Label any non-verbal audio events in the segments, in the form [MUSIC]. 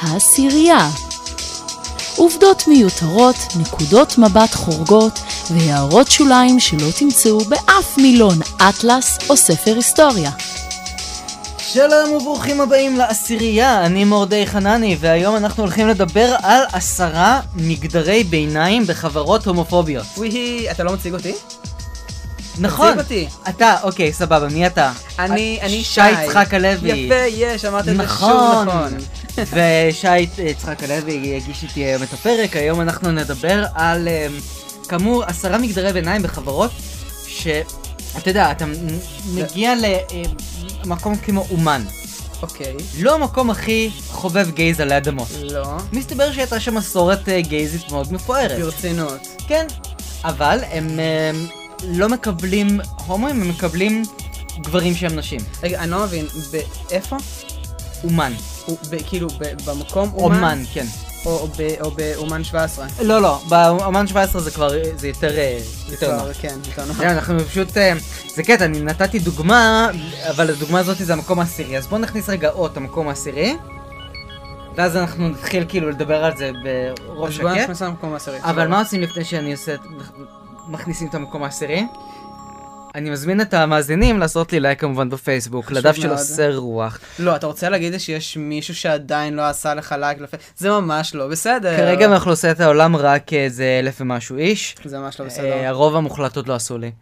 העשירייה. עובדות מיותרות, נקודות מבט חורגות והערות שוליים שלא תמצאו באף מילון אטלס או ספר היסטוריה. שלום וברוכים הבאים לעשירייה, אני מורדי חנני, והיום אנחנו הולכים לדבר על עשרה מגדרי ביניים בחברות הומופוביות. וואי, אתה לא מציג אותי? נכון. אותי. אתה, אוקיי, סבבה, מי אתה? אני, את- אני שי. יצחק הלוי. יפה, יש, אמרת את זה שוב נכון. נכון. [LAUGHS] ושי יצחק הלוי הגיש איתי היום את הפרק, היום אנחנו נדבר על אה, כאמור עשרה מגדרי ביניים בחברות, שאתה יודע, אתה מ- מגיע למקום כמו אומן. אוקיי. לא המקום הכי חובב גייז עלי אדמות. לא. מסתבר שהייתה שם מסורת אה, גייזית מאוד מפוארת. ברצינות. כן, אבל הם אה, לא מקבלים הומואים, הם מקבלים גברים שהם נשים. רגע, אני לא מבין, באיפה? אומן. הוא ב- כאילו, ב- במקום אומן? אומן, כן. או- או ב- או באומן 17. לא, לא, באמן 17 זה כבר, אה, זה יותר, אה, יותר נוח. כבר, כן, יותר נוח. אתה יודע, אנחנו פשוט, אה, זה קטע, אני נתתי דוגמה, אבל הדוגמה הזאת זה המקום העשירי, אז בואו נכניס רגע עוד את המקום העשירי, ואז אנחנו נתחיל כאילו לדבר על זה אז בראש בוא שקט. נכנס למקום העשירי. אבל מה עושים לפני שאני עושה, את- מכניסים את המקום העשירי? אני מזמין את המאזינים לעשות לי לייק כמובן בפייסבוק, חשוב לדף של מאוד. עושה רוח. לא, אתה רוצה להגיד לי שיש מישהו שעדיין לא עשה לך לייק לפי... זה ממש לא בסדר. כרגע מאוכלוסיית העולם רק איזה אלף ומשהו איש. זה ממש לא אה, בסדר. הרוב המוחלט עוד לא עשו לי.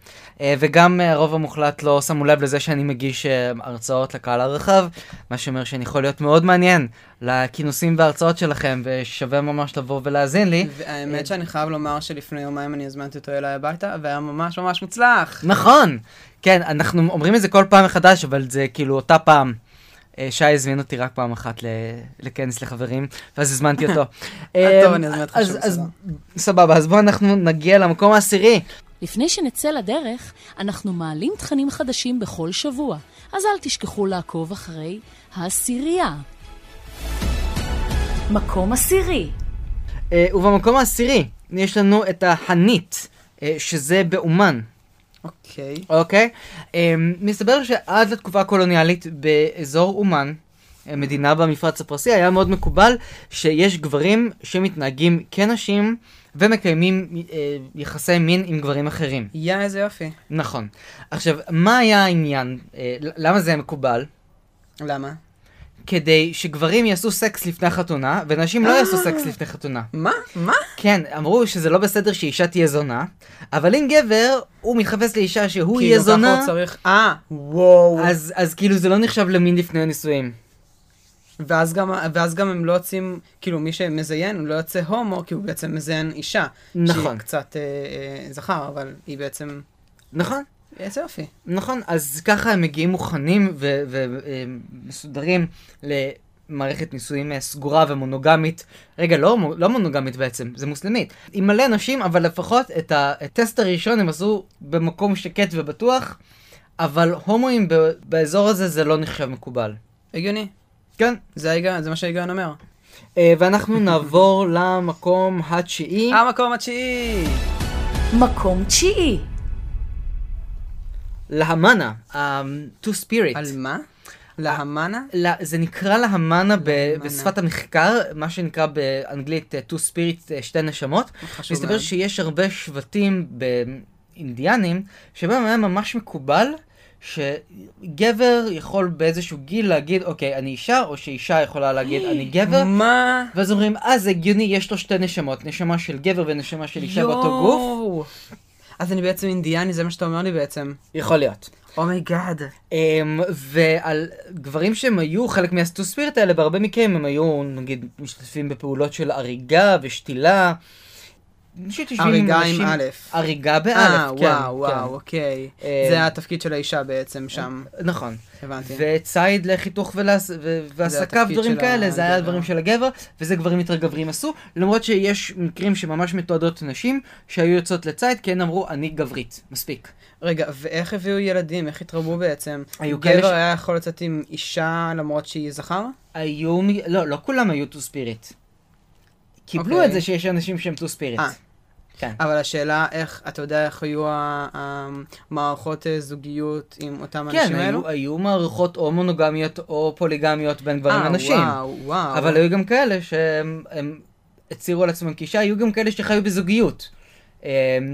אה, וגם אה, הרוב המוחלט לא שמו לב לזה שאני מגיש אה, הרצאות לקהל הרחב, מה שאומר שאני יכול להיות מאוד מעניין לכינוסים וההרצאות שלכם, ושווה ממש לבוא ולהאזין לי. והאמת שאני חייב לומר שלפני יומיים אני הזמנתי אותו אליי הביתה, והיה ממש ממש מוצלח. נכון! כן, אנחנו אומרים את זה כל פעם מחדש, אבל זה כאילו אותה פעם. אה, שי הזמין אותי רק פעם אחת ל- לכנס לחברים, ואז הזמנתי [LAUGHS] אותו. טוב, אה, אני אזמין אותך אז- שוב, אז- סבבה. סבבה, אז בואו אנחנו נגיע למקום העשירי. לפני שנצא לדרך, אנחנו מעלים תכנים חדשים בכל שבוע, אז אל תשכחו לעקוב אחרי העשירייה. מקום עשירי אה, ובמקום העשירי, יש לנו את החנית, אה, שזה באומן, אוקיי. אוקיי? אה, מסתבר שעד לתקופה הקולוניאלית באזור אומן, אה, מדינה במפרץ הפרסי, היה מאוד מקובל שיש גברים שמתנהגים כנשים ומקיימים אה, יחסי מין עם גברים אחרים. יא, איזה יופי. נכון. עכשיו, מה היה העניין? אה, ל- למה זה מקובל? למה? כדי שגברים יעשו סקס לפני החתונה, ונשים לא יעשו סקס לפני חתונה. מה? מה? כן, אמרו שזה לא בסדר שאישה תהיה זונה, אבל אם גבר, הוא מתחפש לאישה שהוא יהיה כאילו, ככה זונה, הוא צריך... אה, וואו. אז, אז כאילו זה לא נחשב למין לפני הנישואים. ואז גם, ואז גם הם לא יוצאים, כאילו מי שמזיין הוא לא יוצא הומו, כי הוא בעצם מזיין אישה. נכון. שהיא קצת אה, אה, זכר, אבל היא בעצם... נכון, איזה יופי. נכון, אז ככה הם מגיעים מוכנים ומסודרים למערכת נישואים אה, סגורה ומונוגמית. רגע, לא, מו- לא מונוגמית בעצם, זה מוסלמית. עם מלא נשים, אבל לפחות את הטסט הראשון הם עשו במקום שקט ובטוח, אבל הומואים ב- באזור הזה זה לא נחשב מקובל. הגיוני. כן, זה ההיגיון, זה מה שההיגיון אומר. אה, ואנחנו נעבור [LAUGHS] למקום התשיעי. המקום התשיעי! מקום תשיעי להמנה, um, ה-Two Spirit. על מה? להמנה? לה- זה נקרא להמנה ב- להמנה. בשפת המחקר, מה שנקרא באנגלית אה, Two Spirit, אה, שתי נשמות. חשוב מסתבר מאוד. שיש הרבה שבטים באינדיאנים, שבהם היה ממש מקובל שגבר יכול באיזשהו גיל להגיד, אוקיי, אני אישה, או שאישה יכולה להגיד, אני [GASPS] גבר. מה? ואז אומרים, אה, זה הגיוני, יש לו שתי נשמות, נשמה של גבר ונשמה של אישה באותו גוף. יואו. אז אני בעצם אינדיאני, זה מה שאתה אומר לי בעצם. יכול להיות. אומייגאד. Um, ועל גברים שהם היו חלק מהסטו ספירט האלה, בהרבה מקרים הם היו נגיד משתתפים בפעולות של הריגה ושתילה. פשוט יושבים עם הריגה עם אנשים- א'. הריגה באלף, אה, כן. וואו, כן. וואו, אוקיי. אה, זה התפקיד של האישה בעצם שם. נכון. הבנתי. וציד לחיתוך ולהס... ו... והסקה התפקיד ודברים אוקיי. של כאלה, זה היה הגבר. הדברים של הגבר, וזה גברים יותר גברים עשו, למרות שיש מקרים שממש מתועדות נשים שהיו יוצאות לציד, כי הן אמרו, אני גברית, מספיק. רגע, ואיך הביאו ילדים? איך התרבו בעצם? היו כאלה גבר ש- היה יכול לצאת עם אישה למרות שהיא זכר? היו, מ- לא, לא כולם היו טו ספיריט. קיבלו אוקיי. את זה שיש אנשים שהם טו ספיריט. אה. כן. אבל השאלה איך, אתה יודע איך היו ה- המערכות אה, זוגיות עם אותם כן, האנשים האלו? היו, היו מערכות או מונוגמיות או פוליגמיות בין גברים לנשים. אה, וואו, וואו. אבל היו גם כאלה שהם הם הצהירו על עצמם כאישה, היו גם כאלה שחיו בזוגיות. אמ,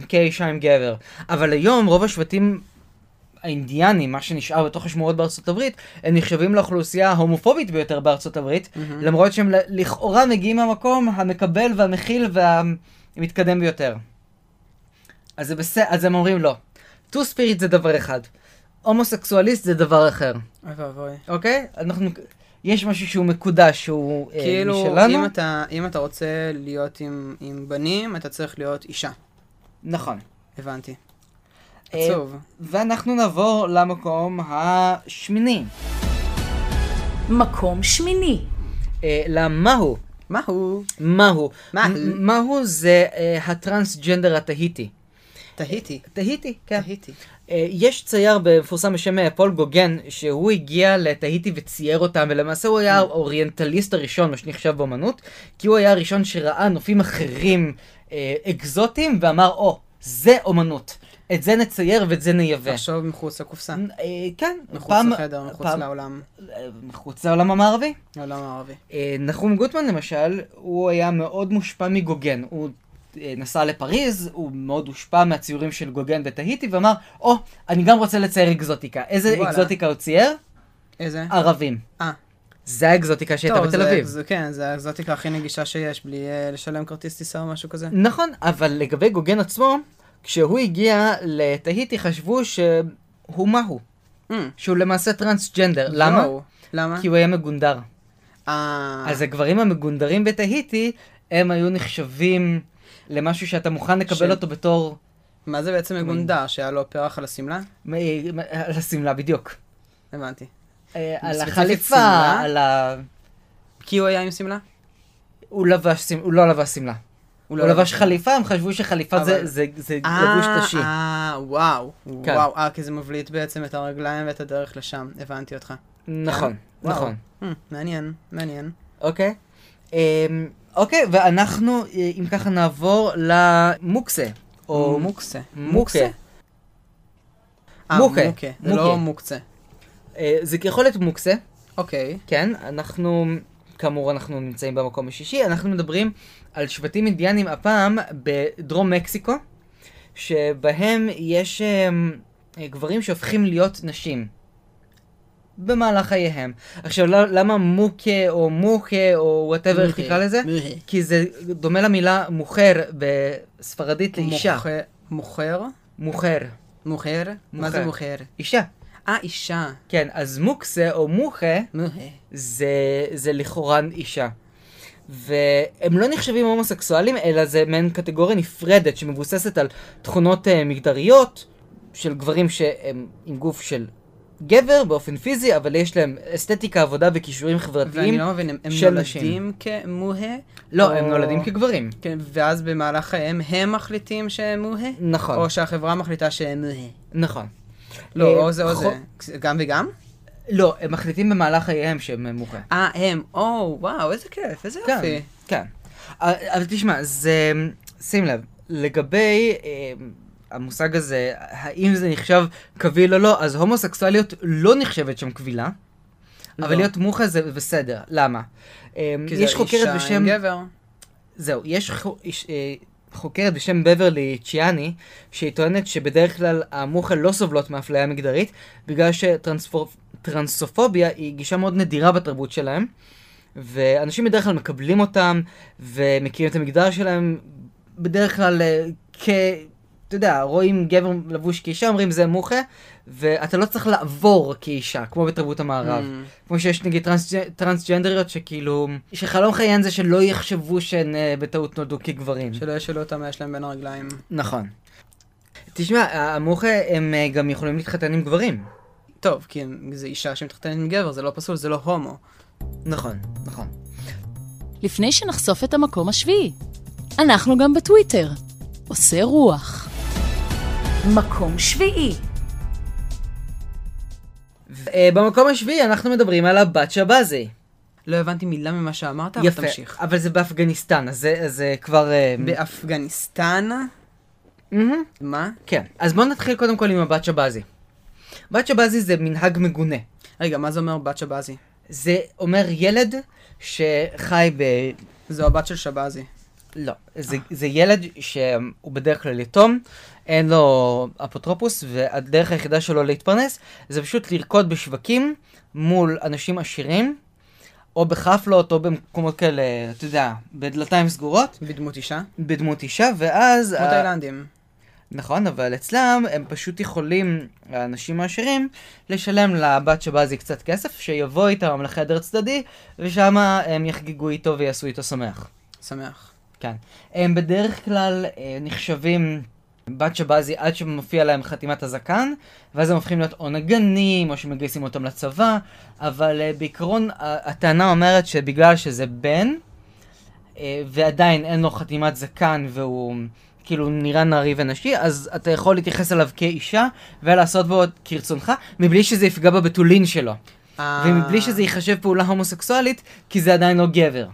כאישה עם גבר. אבל היום רוב השבטים האינדיאנים, מה שנשאר בתוך השמורות בארצות הברית, הם נחשבים לאוכלוסייה ההומופובית ביותר בארצות הברית, מהמם. למרות שהם ל- לכאורה מגיעים מהמקום המקבל והמכיל והמתקדם ביותר. אז זה בסדר, אז הם אומרים לא. טו ספיריט זה דבר אחד. הומוסקסואליסט זה דבר אחר, אוי ואבוי. אוקיי? אנחנו... יש משהו שהוא מקודש, שהוא אה, כאילו, משלנו. אם אתה, אם אתה רוצה להיות עם, עם בנים, אתה צריך להיות אישה. נכון. הבנתי. אה, עצוב. ואנחנו נעבור למקום השמיני. מקום שמיני, אה, למהו. מה הוא? מהו. מהו? מ- מהו זה אה, הטרנסג'נדר התהיטי. תהיתי. תהיטי, כן. תהיתי. אה, יש צייר מפורסם בשם אה, פול גוגן, שהוא הגיע לתהיטי וצייר אותם, ולמעשה הוא היה האוריינטליסט הראשון, מה שנחשב באמנות, כי הוא היה הראשון שראה נופים אחרים אה, אקזוטיים, ואמר, או, זה אומנות. את זה נצייר ואת זה נייבא. לחשוב מחוץ לקופסה. אה, כן, מחוץ פעם- לחדר, מחוץ פעם- לעולם. אה, מחוץ לעולם המערבי. לעולם הערבי. אה, נחום גוטמן למשל, הוא היה מאוד מושפע מגוגן. הוא אה, נסע לפריז, הוא מאוד הושפע מהציורים של גוגן בתהיטי, ואמר, או, oh, אני גם רוצה לצייר אקזוטיקה. איזה וואלה. אקזוטיקה הוא צייר? איזה? ערבים. אה. זה האקזוטיקה שהייתה טוב, בתל זה- אביב. זה כן, זה האקזוטיקה הכי נגישה שיש, בלי אה, לשלם כרטיס טיסה או משהו כזה. נכון, אבל לגבי גוגן עצמו, כשהוא הגיע לתהיטי חשבו שהוא מהו. אמ, שהוא למעשה טרנסג'נדר. למה? יואו, למה? כי הוא היה מגונדר. אה, אז הגברים המגונדרים בתהיטי, הם היו נחשבים למשהו שאתה מוכן לקבל של- אותו בתור... מה זה בעצם מגונדר? שהיה לו פרח על השמלה? מ- מ- על השמלה בדיוק. הבנתי. אה, על ספציפית החליפה, שמלה? על ה... כי הוא היה עם שמלה? הוא לבש שמלה, הוא לא לבש שמלה. הוא לא הוא לבש חליפה, הם חשבו שחליפה זה- אבל- זה זה אה, לבוש תשי. אה, וואו. כן. וואו, אה, כי זה מבליט בעצם את הרגליים ואת הדרך לשם. הבנתי אותך. נכון, אה. וואו. נכון. אמ, מעניין, מעניין. אוקיי. אמ, אוקיי, ואנחנו, אה, אם ככה, נעבור למוקסה. או מוק- מוקסה. מוקה. אה, מוקה. מוקה. זה מוקה. לא מוקצה. אה, זה יכול להיות מוקסה. אוקיי. כן, אנחנו, כאמור, אנחנו נמצאים במקום השישי, אנחנו מדברים על שבטים אינדיאנים הפעם בדרום מקסיקו, שבהם יש הם, גברים שהופכים להיות נשים. במהלך חייהם. עכשיו, לא- למה מוכה או מוכה או וואטאבר איך מוכה. תקרא לזה? כי זה דומה למילה מוכר בספרדית לאישה. מוכה- מוכר? מוכר. מוכר? מה זה מוכר. מוכר? אישה. אה, אישה. כן, אז מוקסה או מוכה מוכה. זה, זה לכאורה אישה. והם לא נחשבים הומוסקסואלים, אלא זה מעין קטגוריה נפרדת שמבוססת על תכונות uh, מגדריות של גברים שהם עם גוף של גבר באופן פיזי, אבל יש להם אסתטיקה, עבודה וכישורים ואני חברתיים. לא מבין, הם הם של נשים. נולדים כמוהה? לא, או- הם נולדים כגברים. כן, ואז במהלך חייהם הם מחליטים שהם מוהה? נכון, או שהחברה מחליטה שהם מוהה? נכון. לא, אה, או זה או חו- זה. גם וגם? לא, הם מחליטים במהלך חייהם שהם אה, מוכה. אה, הם. או, וואו, איזה כיף, איזה כן, יופי. כן. אה, אבל תשמע, זה... שים לב, לגבי אה, המושג הזה, האם זה נחשב קביל או לא, אז הומוסקסואליות לא נחשבת שם קבילה, אבל לא. להיות מוכה זה בסדר. למה? אה, כי זה יש חוקרת אישה בשם... עם גבר. זהו, יש חו- איש- אה, חוקרת בשם בברלי צ'יאני, שהיא טוענת שבדרך כלל המוחה לא סובלות מאפליה מגדרית, בגלל שטרנסופוביה היא גישה מאוד נדירה בתרבות שלהם, ואנשים בדרך כלל מקבלים אותם, ומכירים את המגדר שלהם, בדרך כלל אה, כ... אתה יודע, רואים גבר לבוש כאישה, אומרים זה מוחה, ואתה לא צריך לעבור כאישה, כמו בתרבות המערב. אמ, כמו שיש נגיד טרנס, טרנסג'נדריות שכאילו, שחלום חייהן זה שלא יחשבו שהן אה, בטעות נולדו כגברים. של... שלא ישאלו אותם מה יש להם בין הרגליים. נכון. תשמע, המוחה הם אה, גם יכולים להתחתן עם גברים. טוב, כי הם- זה אישה שמתחתנת עם גבר, זה לא פסול, זה לא הומו. נכון, נכון. לפני שנחשוף את המקום השביעי. אנחנו גם בטוויטר. עושה רוח. מקום שביעי, ו- אה, במקום השביעי אנחנו מדברים על הבת שבזי. לא הבנתי מילה ממה שאמרת, אבל יפה, תמשיך. אבל זה באפגניסטן, אז זה- אז זה כבר... אה, באפגניסטן, מהמם. מה? כן, אז בואו נתחיל קודם כל עם הבת שבזי. בת שבזי זה מנהג מגונה. רגע, מה זה אומר בת שבזי? זה אומר ילד שחי ב... זו הבת של שבזי. לא, זה, זה ילד שהוא בדרך כלל יתום, אין לו אפוטרופוס, והדרך היחידה שלו להתפרנס זה פשוט לרקוד בשווקים מול אנשים עשירים, או בחפלות, או במקומות כאלה, אתה יודע, בדלתיים סגורות, בדמות אה, אישה? בדמות אישה, ואז... כמו ה- תאילנדים. נכון, אבל אצלם הם פשוט יכולים, האנשים העשירים, לשלם לבת שבזי קצת כסף, שיבוא איתם לחדר צדדי, ושם הם יחגגו איתו ויעשו איתו שמח. שמח. כן. הם בדרך כלל אה, נחשבים בת שבזי עד שמופיע להם חתימת הזקן, ואז הם הופכים להיות או נגנים, או שמגייסים אותם לצבא, אבל אה, בעיקרון ה- הטענה אומרת שבגלל שזה בן, אה, ועדיין אין לו חתימת זקן והוא כאילו נראה נערי ונשי, אז אתה יכול להתייחס אליו כאישה ולעשות בו כרצונך, מבלי שזה יפגע בבתולין שלו, אה, ומבלי שזה ייחשב פעולה הומוסקסואלית, כי זה עדיין לא גבר.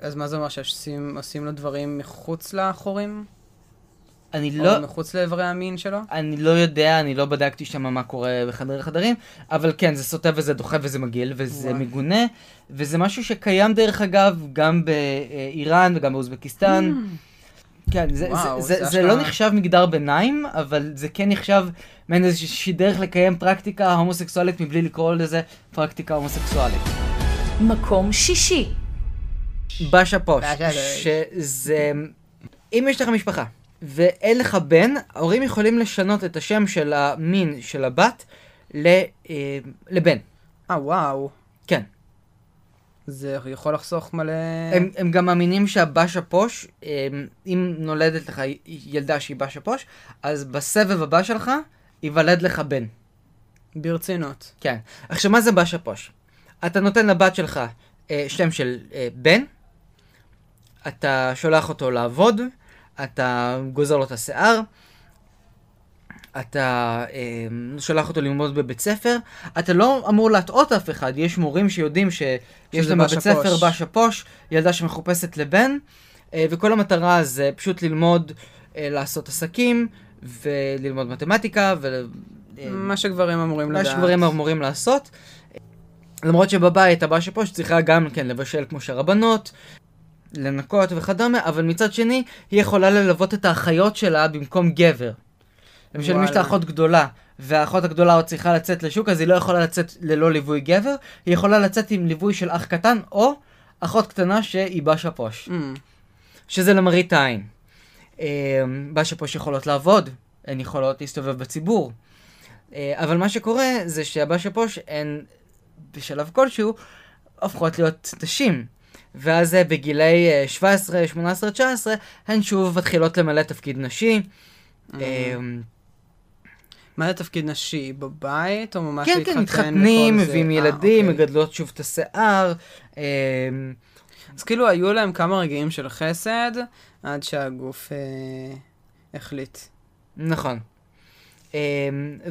אז מה זה אומר שעושים עושים לו דברים מחוץ לחורים? אני לא... לא. או מחוץ לאיברי המין שלו? אני לא יודע, אני לא בדקתי שם מה קורה בחדרי חדרים, אבל כן, זה סוטה וזה דוחה וזה מגעיל וזה וואי. מגונה, וזה משהו שקיים דרך אגב גם באיראן וגם באוזבקיסטן. כן, זה, Mm. וואו, זה, זה, זה זה לא אשכרה. נחשב מגדר ביניים, אבל זה כן נחשב מעין איזושהי דרך לקיים פרקטיקה הומוסקסואלית מבלי לקרוא לזה פרקטיקה הומוסקסואלית. מקום שישי, בשה פוש, באשה פוש. שזה... אם יש לך משפחה ואין לך בן, ההורים יכולים לשנות את השם של המין של הבת ל... אה, לבן. אה, וואו. כן. זה יכול לחסוך מלא... הם, הם גם מאמינים שהבשה פוש, אה, אם נולדת לך י- ילדה שהיא בשה פוש, אז בסבב הבא שלך ייוולד לך בן. ברצינות. כן. עכשיו, מה זה בשה פוש? אתה נותן לבת שלך אה, שם של אה, בן, אתה שולח אותו לעבוד, אתה גוזר לו את השיער, אתה אה, שולח אותו ללמוד בבית ספר, אתה לא אמור להטעות אף אחד, יש מורים שיודעים שיש שזה להם בבית בשה פוש. ספר בשה פוש, ילדה שמחופשת לבן, אה, וכל המטרה זה פשוט ללמוד אה, לעשות עסקים, וללמוד מתמטיקה, ול... אה, מה שגברים אמורים מה לדעת. שגברים אמורים לעשות. למרות שבבית הבא שפה שצריכה גם כן לבשל כמו שהרבנות, לנקות וכדומה, אבל מצד שני, היא יכולה ללוות את האחיות שלה במקום גבר. למשל, אם יש לה וואלה. אחות גדולה, והאחות הגדולה עוד צריכה לצאת לשוק, אז היא לא יכולה לצאת ללא ליווי גבר, היא יכולה לצאת עם ליווי של אח קטן, או אחות קטנה שהיא בשה פוש, אמ, שזה למראית העין. אה, בשה פוש יכולות לעבוד, הן יכולות להסתובב בציבור, אה, אבל מה שקורה זה שהבאשה פוש הן בשלב כלשהו הופכות להיות נשים. ואז אה, בגילי אה, 17, 18, 19, הן שוב מתחילות למלא תפקיד נשי. אה, מה זה תפקיד נשי? בבית או ממש כן, להתחתן? כן, מתחתנים, וכל זה? מביאים אה, ילדים, אוקיי. מגדלות שוב את השיער. אה, אז כאילו היו להם כמה רגעים של חסד, עד שהגוף אה, החליט. נכון. אה,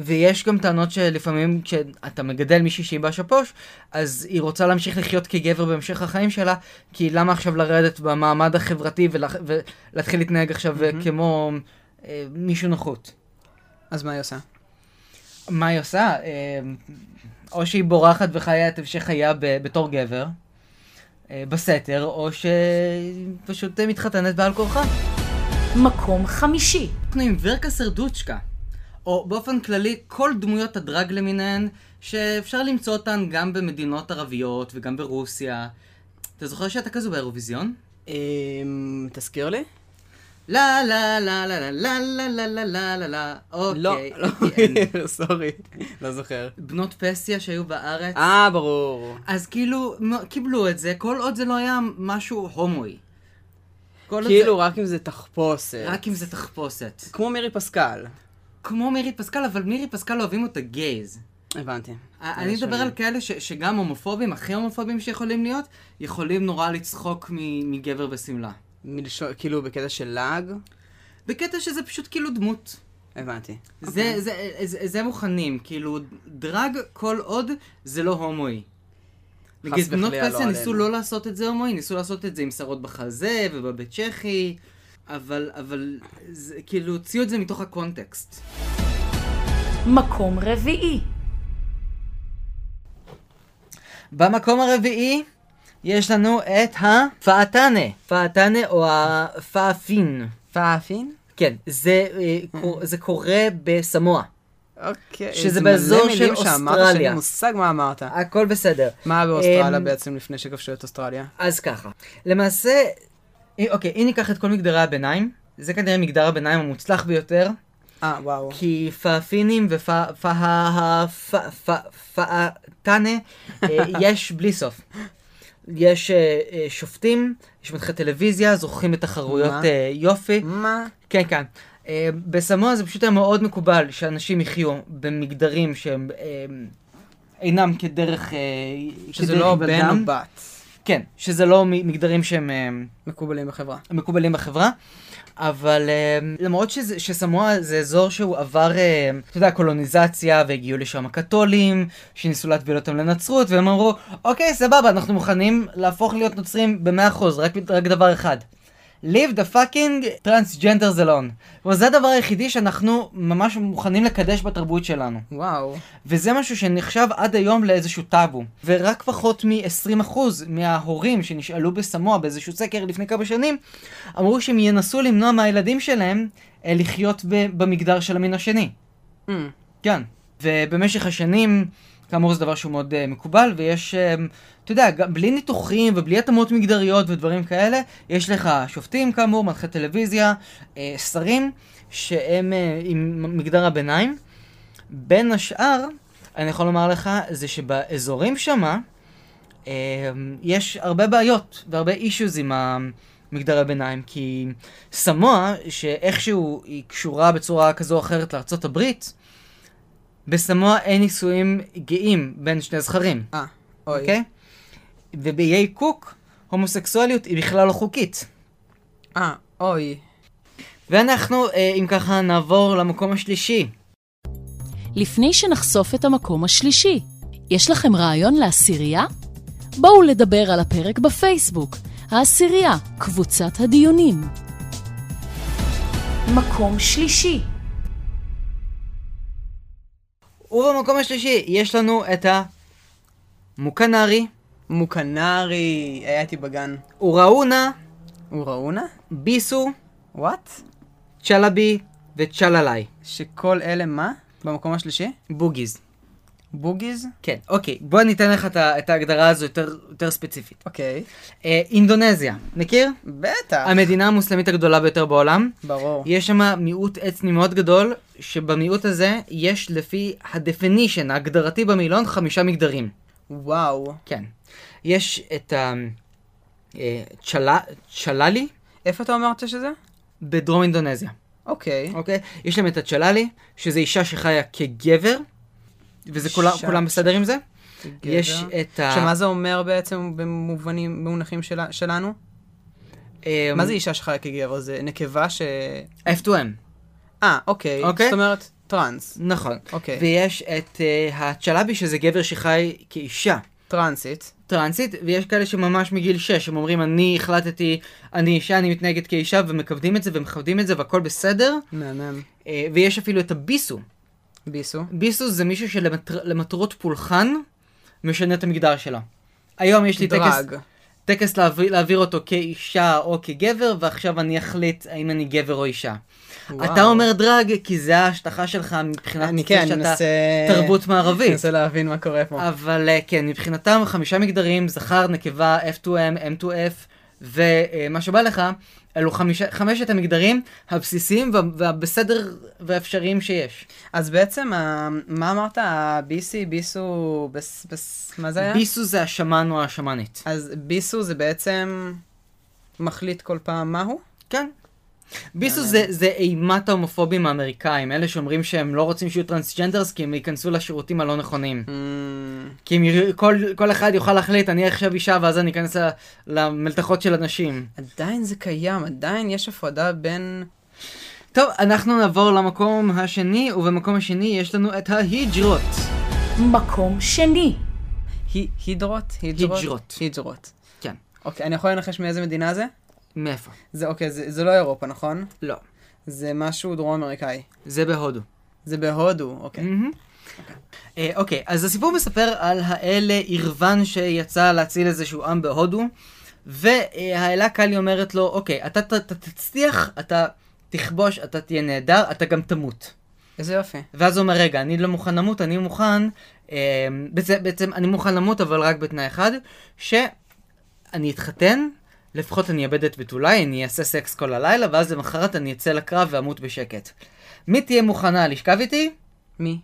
ויש גם טענות שלפעמים כשאתה מגדל מישהי שהיא בשפוש, אז היא רוצה להמשיך לחיות כגבר בהמשך החיים שלה, כי למה עכשיו לרדת במעמד החברתי ולח... ולהתחיל להתנהג עכשיו אה, מהמם. כמו אה, מישהו נחות? אז מה היא עושה? מה היא עושה? אה, או שהיא בורחת וחיה את המשך חייה ב... בתור גבר, אה, בסתר, או שהיא פשוט אה, מתחתנת בעל כורחה. מקום חמישי, אנחנו עם ורקה סרדוצ'קה, או באופן כללי כל דמויות הדרג למיניהן, שאפשר למצוא אותן גם במדינות ערביות וגם ברוסיה. אתה זוכר שהייתה כזו באירוויזיון? אמ, תזכיר לי? לה לה לה לה לה לה לה לה לה לה לה לא, אוקיי. לא, [LAUGHS] אין. סורי, לא זוכר. בנות פסיה שהיו בארץ. אה, ברור. אז כאילו, מ- קיבלו את זה, כל עוד זה לא היה משהו הומואי. כל עוד כאילו, רק אם זה תחפושת. זה... רק אם זה תחפושת. כמו מירי פסקל. כמו מירי פסקל, אבל מירי פסקל לא אוהבים אותה גייז. הבנתי. אה, אני מדבר על כאלה ש, שגם הומופובים, הכי הומופובים שיכולים להיות, יכולים נורא לצחוק מ, מגבר בשמלה. מלשון, כאילו, בקטע של לעג? בקטע שזה פשוט כאילו דמות. הבנתי. Okay. זה, אוקיי. זה, זה, זה מוכנים, כאילו דרג כל עוד זה לא הומואי. נגיד בנות וחלילה, לא פרסיה ניסו עלינו. לא לעשות את זה הומואי, ניסו לעשות את זה עם שרות בחזה ובבית צ'כי, אבל, אבל, זה, כאילו, הוציאו את זה מתוך הקונטקסט. מקום רביעי, במקום הרביעי יש לנו את הפעתנה. פעתנה או הפאפין. פאפין? כן, זה, אה, קור- Mm-hmm. זה קורה בסמואה. אוקיי. שזה איזה באזור מלא מילים של שאמרת, אוסטרליה. שאין לי מושג מה אמרת. הכל בסדר. מה באוסטרליה אמ, בעצם לפני שכבשו את אוסטרליה? אז ככה, למעשה, אה, אוקיי, אם ניקח את כל מגדרי הביניים, זה כנראה מגדר הביניים המוצלח ביותר, אה, וואו. כי פאפינים ופאטאנה אה, [LAUGHS] יש בלי סוף. יש אה, אה, שופטים, יש מתחיל טלוויזיה, זוכים בתחרויות מה? אה, יופי. מה? כן, כן. אה, בסמואה זה פשוט היה מאוד מקובל שאנשים יחיו במגדרים שהם אה, אינם כדרך... אה, שזה כדרך לא בן בן אדם. או בת. כן, שזה לא מ- מגדרים שהם אה, מקובלים בחברה. מקובלים בחברה. אבל אה, למרות שזה- שסמואה זה אזור שהוא עבר, אה, אתה יודע, קולוניזציה, והגיעו לשם הקתולים, שניסו להטביל אותם לנצרות, והם אמרו, אוקיי, סבבה, אנחנו מוכנים להפוך להיות נוצרים ב-100%, רק, רק דבר אחד. Leave the fucking transgenders alone. כלומר, זה הדבר היחידי שאנחנו ממש מוכנים לקדש בתרבות שלנו. וואו. וזה משהו שנחשב עד היום לאיזשהו טאבו. ורק פחות מ-20% מההורים שנשאלו בסמואה באיזשהו סקר לפני כמה שנים, אמרו שהם ינסו למנוע מהילדים שלהם אה, לחיות ב- במגדר של המין השני. Mm. כן. ובמשך השנים, כאמור זה דבר שהוא מאוד uh, מקובל, ויש, um, אתה יודע, גם בלי ניתוחים ובלי התאמות מגדריות ודברים כאלה, יש לך שופטים כאמור, מנחי טלוויזיה, uh, שרים, שהם uh, עם מגדר הביניים. בין השאר, אני יכול לומר לך, זה שבאזורים שמה, um, יש הרבה בעיות והרבה אישוז עם המגדר הביניים, כי סמואה, שאיכשהו היא קשורה בצורה כזו או אחרת לארצות הברית, בסמואה אין נישואים גאים בין שני זכרים, אה, אוי. אוקיי? ובאיי קוק, הומוסקסואליות היא בכלל לא חוקית. אה, אוי. ואנחנו, אה, אם ככה, נעבור למקום השלישי. לפני שנחשוף את המקום השלישי. יש לכם רעיון לעשירייה? בואו לדבר על הפרק בפייסבוק, העשירייה, קבוצת הדיונים. מקום שלישי, ובמקום השלישי יש לנו את המוקנרי, מוקנרי, היה איתי בגן. אוראונה, הוא ראונה? ביסו, וואט? צ'לבי וצ'ללי. שכל אלה מה? במקום השלישי? בוגיז. בוגיז? כן, אוקיי, בוא אני אתן לך את ה- את ההגדרה הזו יותר, יותר ספציפית. אוקיי. אה, אינדונזיה, מכיר? בטח. המדינה המוסלמית הגדולה ביותר בעולם. ברור. יש שם מיעוט אתני מאוד גדול, שבמיעוט הזה יש לפי ה-definition ההגדרתי במילון חמישה מגדרים. וואו. כן. יש את ה... אה, צ'לה- צ'ללי איפה אתה אמרת שזה? בדרום אינדונזיה, אוקיי. אוקיי? יש להם את הצ'ללי, שזה אישה שחיה כגבר, וזה כולם- אישה כולם בסדר עם זה? אוקיי, גבר. יש את ה... שמה זה אומר בעצם במובנים, במונחים שלה- שלנו? אה, מה זה אישה שחיה כגבר? זה נקבה ש... F2M, אה, אוקיי. אוקיי. זאת אומרת, טראנס. נכון. אוקיי. ויש את אה, הצ'לבי, שזה גבר שחי כאישה. טרנסית. טרנסית, ויש כאלה שממש מגיל 6, הם אומרים, אני החלטתי, אני אישה, אני מתנהגת כאישה, ומכבדים את זה, ומכבדים את זה, והכל בסדר. מהמם. אה, ויש אפילו את הביסו. ביסו. ביסו זה מישהו שלמטרות פולחן, משנה את המגדר שלה. היום יש לי טקס, דרג. טקס להעביר, להעביר אותו כאישה או כגבר, ועכשיו אני אחליט האם אני גבר או אישה. וואו. וואו. אתה אומר דרג, כי זה ההשטחה שלך מבחינת אני זה כן, אני שאתה מנסה... תרבות מערבית. אני מנסה להבין מה קורה פה. אבל אה, כן, מבחינתם חמישה מגדרים, זכר, נקבה, F2M, M2F, ומה שבא לך, אלו חמישה, חמשת המגדרים הבסיסיים וה- והבסדר והאפשריים שיש. אז בעצם, ה- מה אמרת? ה-BC, ביסו, בס... בס... מה זה היה? ביסו זה השמן או השמנית. אז ביסו זה בעצם מחליט כל פעם מהו? כן. ביסו זה, זה אימת ההומופובים האמריקאים, אלה שאומרים שהם לא רוצים שיהיו טרנסג'נדרס כי הם ייכנסו לשירותים הלא נכונים. אה. כי הם יראו- כל, כל אחד יוכל להחליט, אני עכשיו אישה ואז אני אכנס ל- למלתחות של הנשים. עדיין זה קיים, עדיין יש הפרדה בין... טוב, אנחנו נעבור למקום השני, ובמקום השני יש לנו את ההיג'רות. מקום שני, הי- הידרות? היג'רות. היג'רות. כן. אוקיי, אני יכול לנחש מאיזה מדינה זה? מאיפה? זה אוקיי, זה זה לא אירופה, נכון? לא. זה משהו דרום אמריקאי. זה בהודו. זה בהודו, אוקיי. מהמם. אה, אוקיי, אז הסיפור מספר על האלה עירבן שיצא להציל איזשהו עם בהודו, והאלה קאלי אומרת לו, אוקיי, אתה ת- ת- תצליח, אתה תכבוש, אתה תהיה נהדר, אתה גם תמות. איזה יופי. ואז הוא אומר, רגע, אני לא מוכן למות, אני מוכן, אה, בעצם, בעצם אני מוכן למות, אבל רק בתנאי אחד, שאני אתחתן, לפחות אני אאבד את בתולי, אני אעשה סקס כל הלילה, ואז למחרת אני אצא לקרב ואמות בשקט. מי תהיה מוכנה לשכב איתי? מי?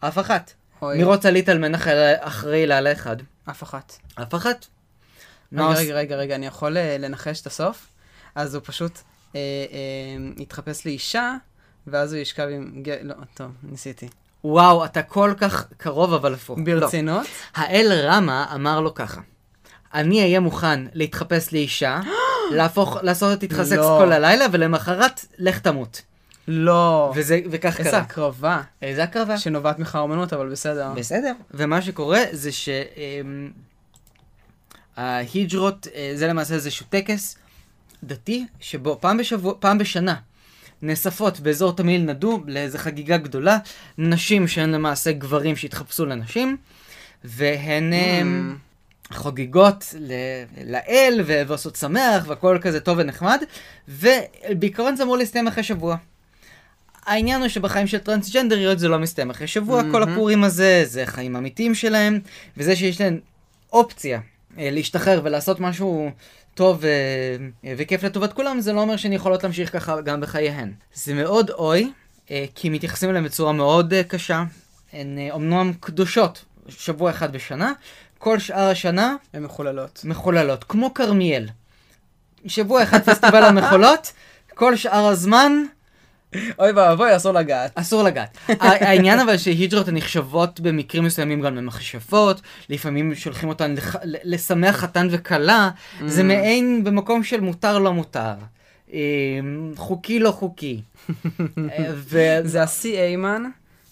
אף אחת. אוי. מי רוצה להתאלמן אחרי- אחרי לילה אחד? אף אחת. אף אחת. מה עוש- רגע, רגע, רגע, רגע, אני יכול אה, לנחש את הסוף? אז הוא פשוט אה, אה, יתחפש לאישה, ואז הוא ישכב עם... ג... לא, טוב, ניסיתי. לא. וואו, אתה כל כך קרוב אבל הפוך. לא. ברצינות? האל רמה אמר לו ככה, אני אהיה מוכן להתחפש לאישה, [GASPS] להפוך, לעשות את התחסקס לא. כל הלילה, ולמחרת, לך תמות. לא. וזה, וכך איזה קרה. אה. הקרבה. איזה הקרבה. שנובעת מחרמנות, אבל בסדר. בסדר. ומה שקורה זה ש... אמ, ההיג'רות אה, זה למעשה איזשהו טקס דתי, שבו פעם, בשבוע, פעם בשנה נאספות באזור תמיל נדו לאיזו חגיגה גדולה, נשים שהן למעשה גברים שהתחפשו לנשים, והן... אמ, Mm. חוגגות ל- לאל ו- ועושות שמח והכל כזה טוב ונחמד ובעיקרון זה אמור להסתיים אחרי שבוע. העניין הוא שבחיים של טרנסג'נדריות זה לא מסתיים אחרי שבוע, mm-hmm. כל מהמם. הפורים הזה זה חיים אמיתיים שלהם וזה שיש להן אופציה אה, להשתחרר ולעשות משהו טוב אה, אה, וכיף לטובת כולם זה לא אומר שהן יכולות להמשיך ככה גם בחייהן. זה מאוד אוי אה, כי מתייחסים אליהם בצורה מאוד אה, קשה, הן אה, אומנם קדושות שבוע אחד בשנה, כל שאר השנה הן מחוללות. מחוללות, כמו כרמיאל. שבוע אחד פסטיבל המחולות, כל שאר הזמן אוי ואבוי, אסור לגעת. אסור לגעת. ה- העניין אבל שהיג'רות הן נחשבות במקרים מסוימים גם למכשפות, לפעמים שולחים אותן לח... ל- לשמח חתן וכלה, זה מעין במקום של מותר לא מותר. אה, חוקי לא חוקי. אה, וזה זה השיא איימן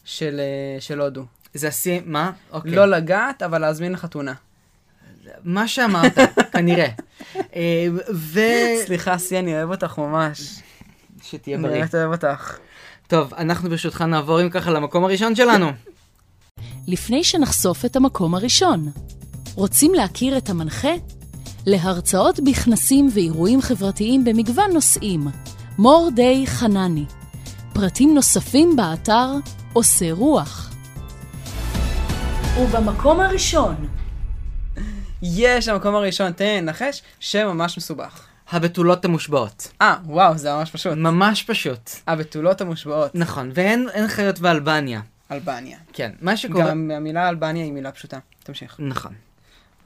של אה, של הודו. זה השיא, מה? אוקיי. לא לגעת, אבל להזמין לחתונה. מה שאמרת, כנראה. אה, ו... סליחה, שיא, אני אוהב אותך ממש. שתהיה אני בריא. באמת אוהב אותך. טוב, אנחנו ברשותך נעבור אם ככה למקום הראשון שלנו. לפני שנחשוף את המקום הראשון. רוצים להכיר את המנחה? להרצאות בכנסים ואירועים חברתיים במגוון נושאים, מור די חנני. פרטים נוספים באתר עושה רוח. ובמקום הראשון, יש, המקום הראשון, תן, נחש, שם ממש מסובך. הבתולות המושבעות. אה, וואו, זה ממש פשוט. ממש פשוט. הבתולות המושבעות, נכון, והן אין חיות באלבניה. אלבניה. כן, מה שקורה... גם המילה אלבניה היא מילה פשוטה. תמשיך. נכון.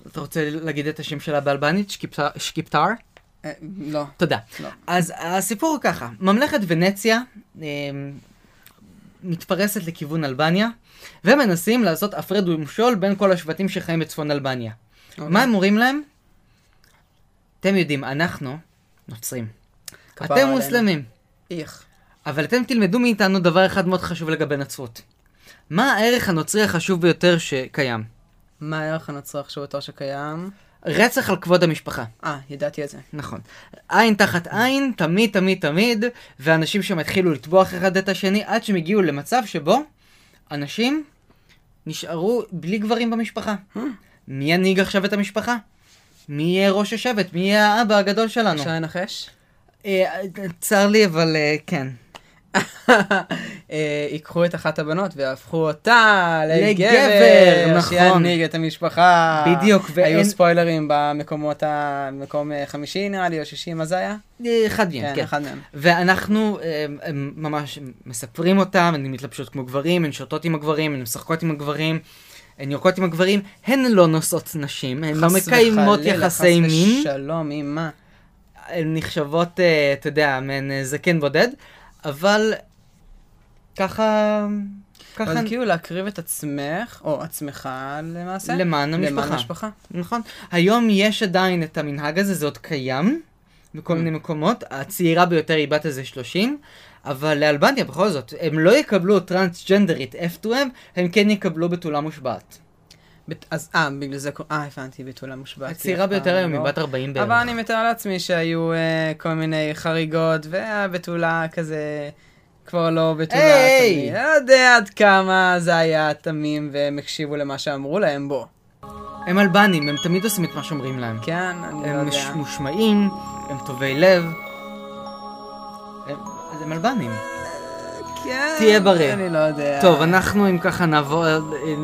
אתה רוצה להגיד את השם שלה באלבנית? שקיפטר- שקיפטר? אה, לא. תודה. לא. אז הסיפור הוא ככה, ממלכת ונציה אמ, מתפרסת לכיוון אלבניה, ומנסים לעשות הפרד ומשול בין כל השבטים שחיים בצפון אלבניה. אוקיי. מה הם אומרים להם? אתם יודעים, אנחנו נוצרים. כפרה אתם עלינו. מוסלמים. איך. אבל אתם תלמדו מאיתנו דבר אחד מאוד חשוב לגבי נצרות. מה הערך הנוצרי החשוב ביותר שקיים? מה הערך הנוצרי עכשיו אותו שקיים? רצח על כבוד המשפחה. אה, ידעתי את זה. נכון. עין תחת עין, תמיד תמיד תמיד, ואנשים שם התחילו לטבוח אחד את השני עד שהם הגיעו למצב שבו אנשים נשארו בלי גברים במשפחה. מי ינהיג עכשיו את המשפחה? מי יהיה ראש השבט? מי יהיה האבא הגדול שלנו? אפשר לנחש? אה, צר לי, אבל אה, כן. אה, ייקחו את אחת הבנות ויהפכו אותה לגבר, לגבר, נכון. שינהיג את המשפחה. בדיוק, ואין- היו ספוילרים במקומות, ה- מקום אה, חמישי נראה לי, או שישי, מה זה היה? אה, אחד מהם, כן. אחד מהם. ואנחנו אה, הם ממש מספרים אותם, הן מתלבשות כמו גברים, הן שותות עם הגברים, הן משחקות עם הגברים, הן יורקות עם הגברים, הן לא נושאות נשים, הן לא חס מקיימות וחלילה, יחסי מין, חס ושלום, אימא. הן נחשבות, אה, אתה יודע, מעין אה, זקן בודד, אבל ככה, ככה, אבל כאילו להקריב את עצמך, או עצמך למעשה. למען למען המשפחה. המשפחה. נכון. היום יש עדיין את המנהג הזה, זה עוד קיים Mm. בכל מיני מקומות. הצעירה ביותר היא בת איזה 30, אבל לאלבניה בכל זאת, הם לא יקבלו טרנסג'נדרית F2M, הם כן יקבלו בתולה מושבעת. בת- אז אה, בגלל זה, קו- אה, הבנתי, בתולה מושבעת. היא הצעירה אף פעם ביותר היום לא- היא בת 40 בערך. אבל אני מתאר לעצמי שהיו אה, כל מיני חריגות, והבתולה כזה כבר לא בתולה. היי! תמיד. אני לא יודע עד כמה זה היה תמים, והם הקשיבו למה שאמרו להם בו. הם אלבנים, הם תמיד עושים את מה שאומרים להם. כן, אני לא הם מש- יודע. מושמעים, הם טובי לב. הם- אז הם אלבנים. אה. כן, תהיה בריא. אני לא יודע. טוב, אנחנו אם ככה נעבור, אה,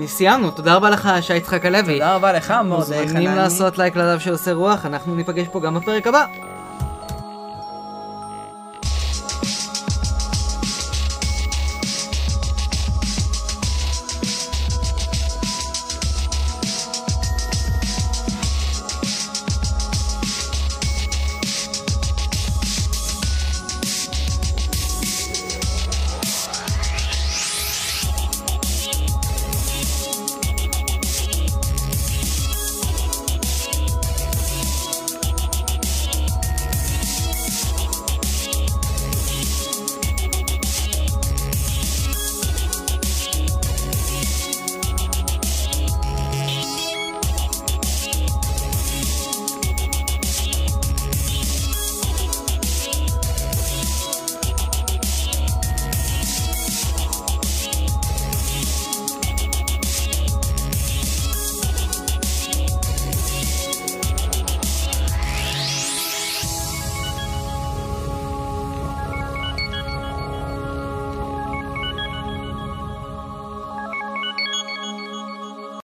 סיימנו. תודה רבה לך, שי יצחק הלוי. תודה רבה לך, מורדי חנני. מוזמנים לעשות לייק לדף שעושה רוח, אנחנו ניפגש פה גם בפרק הבא.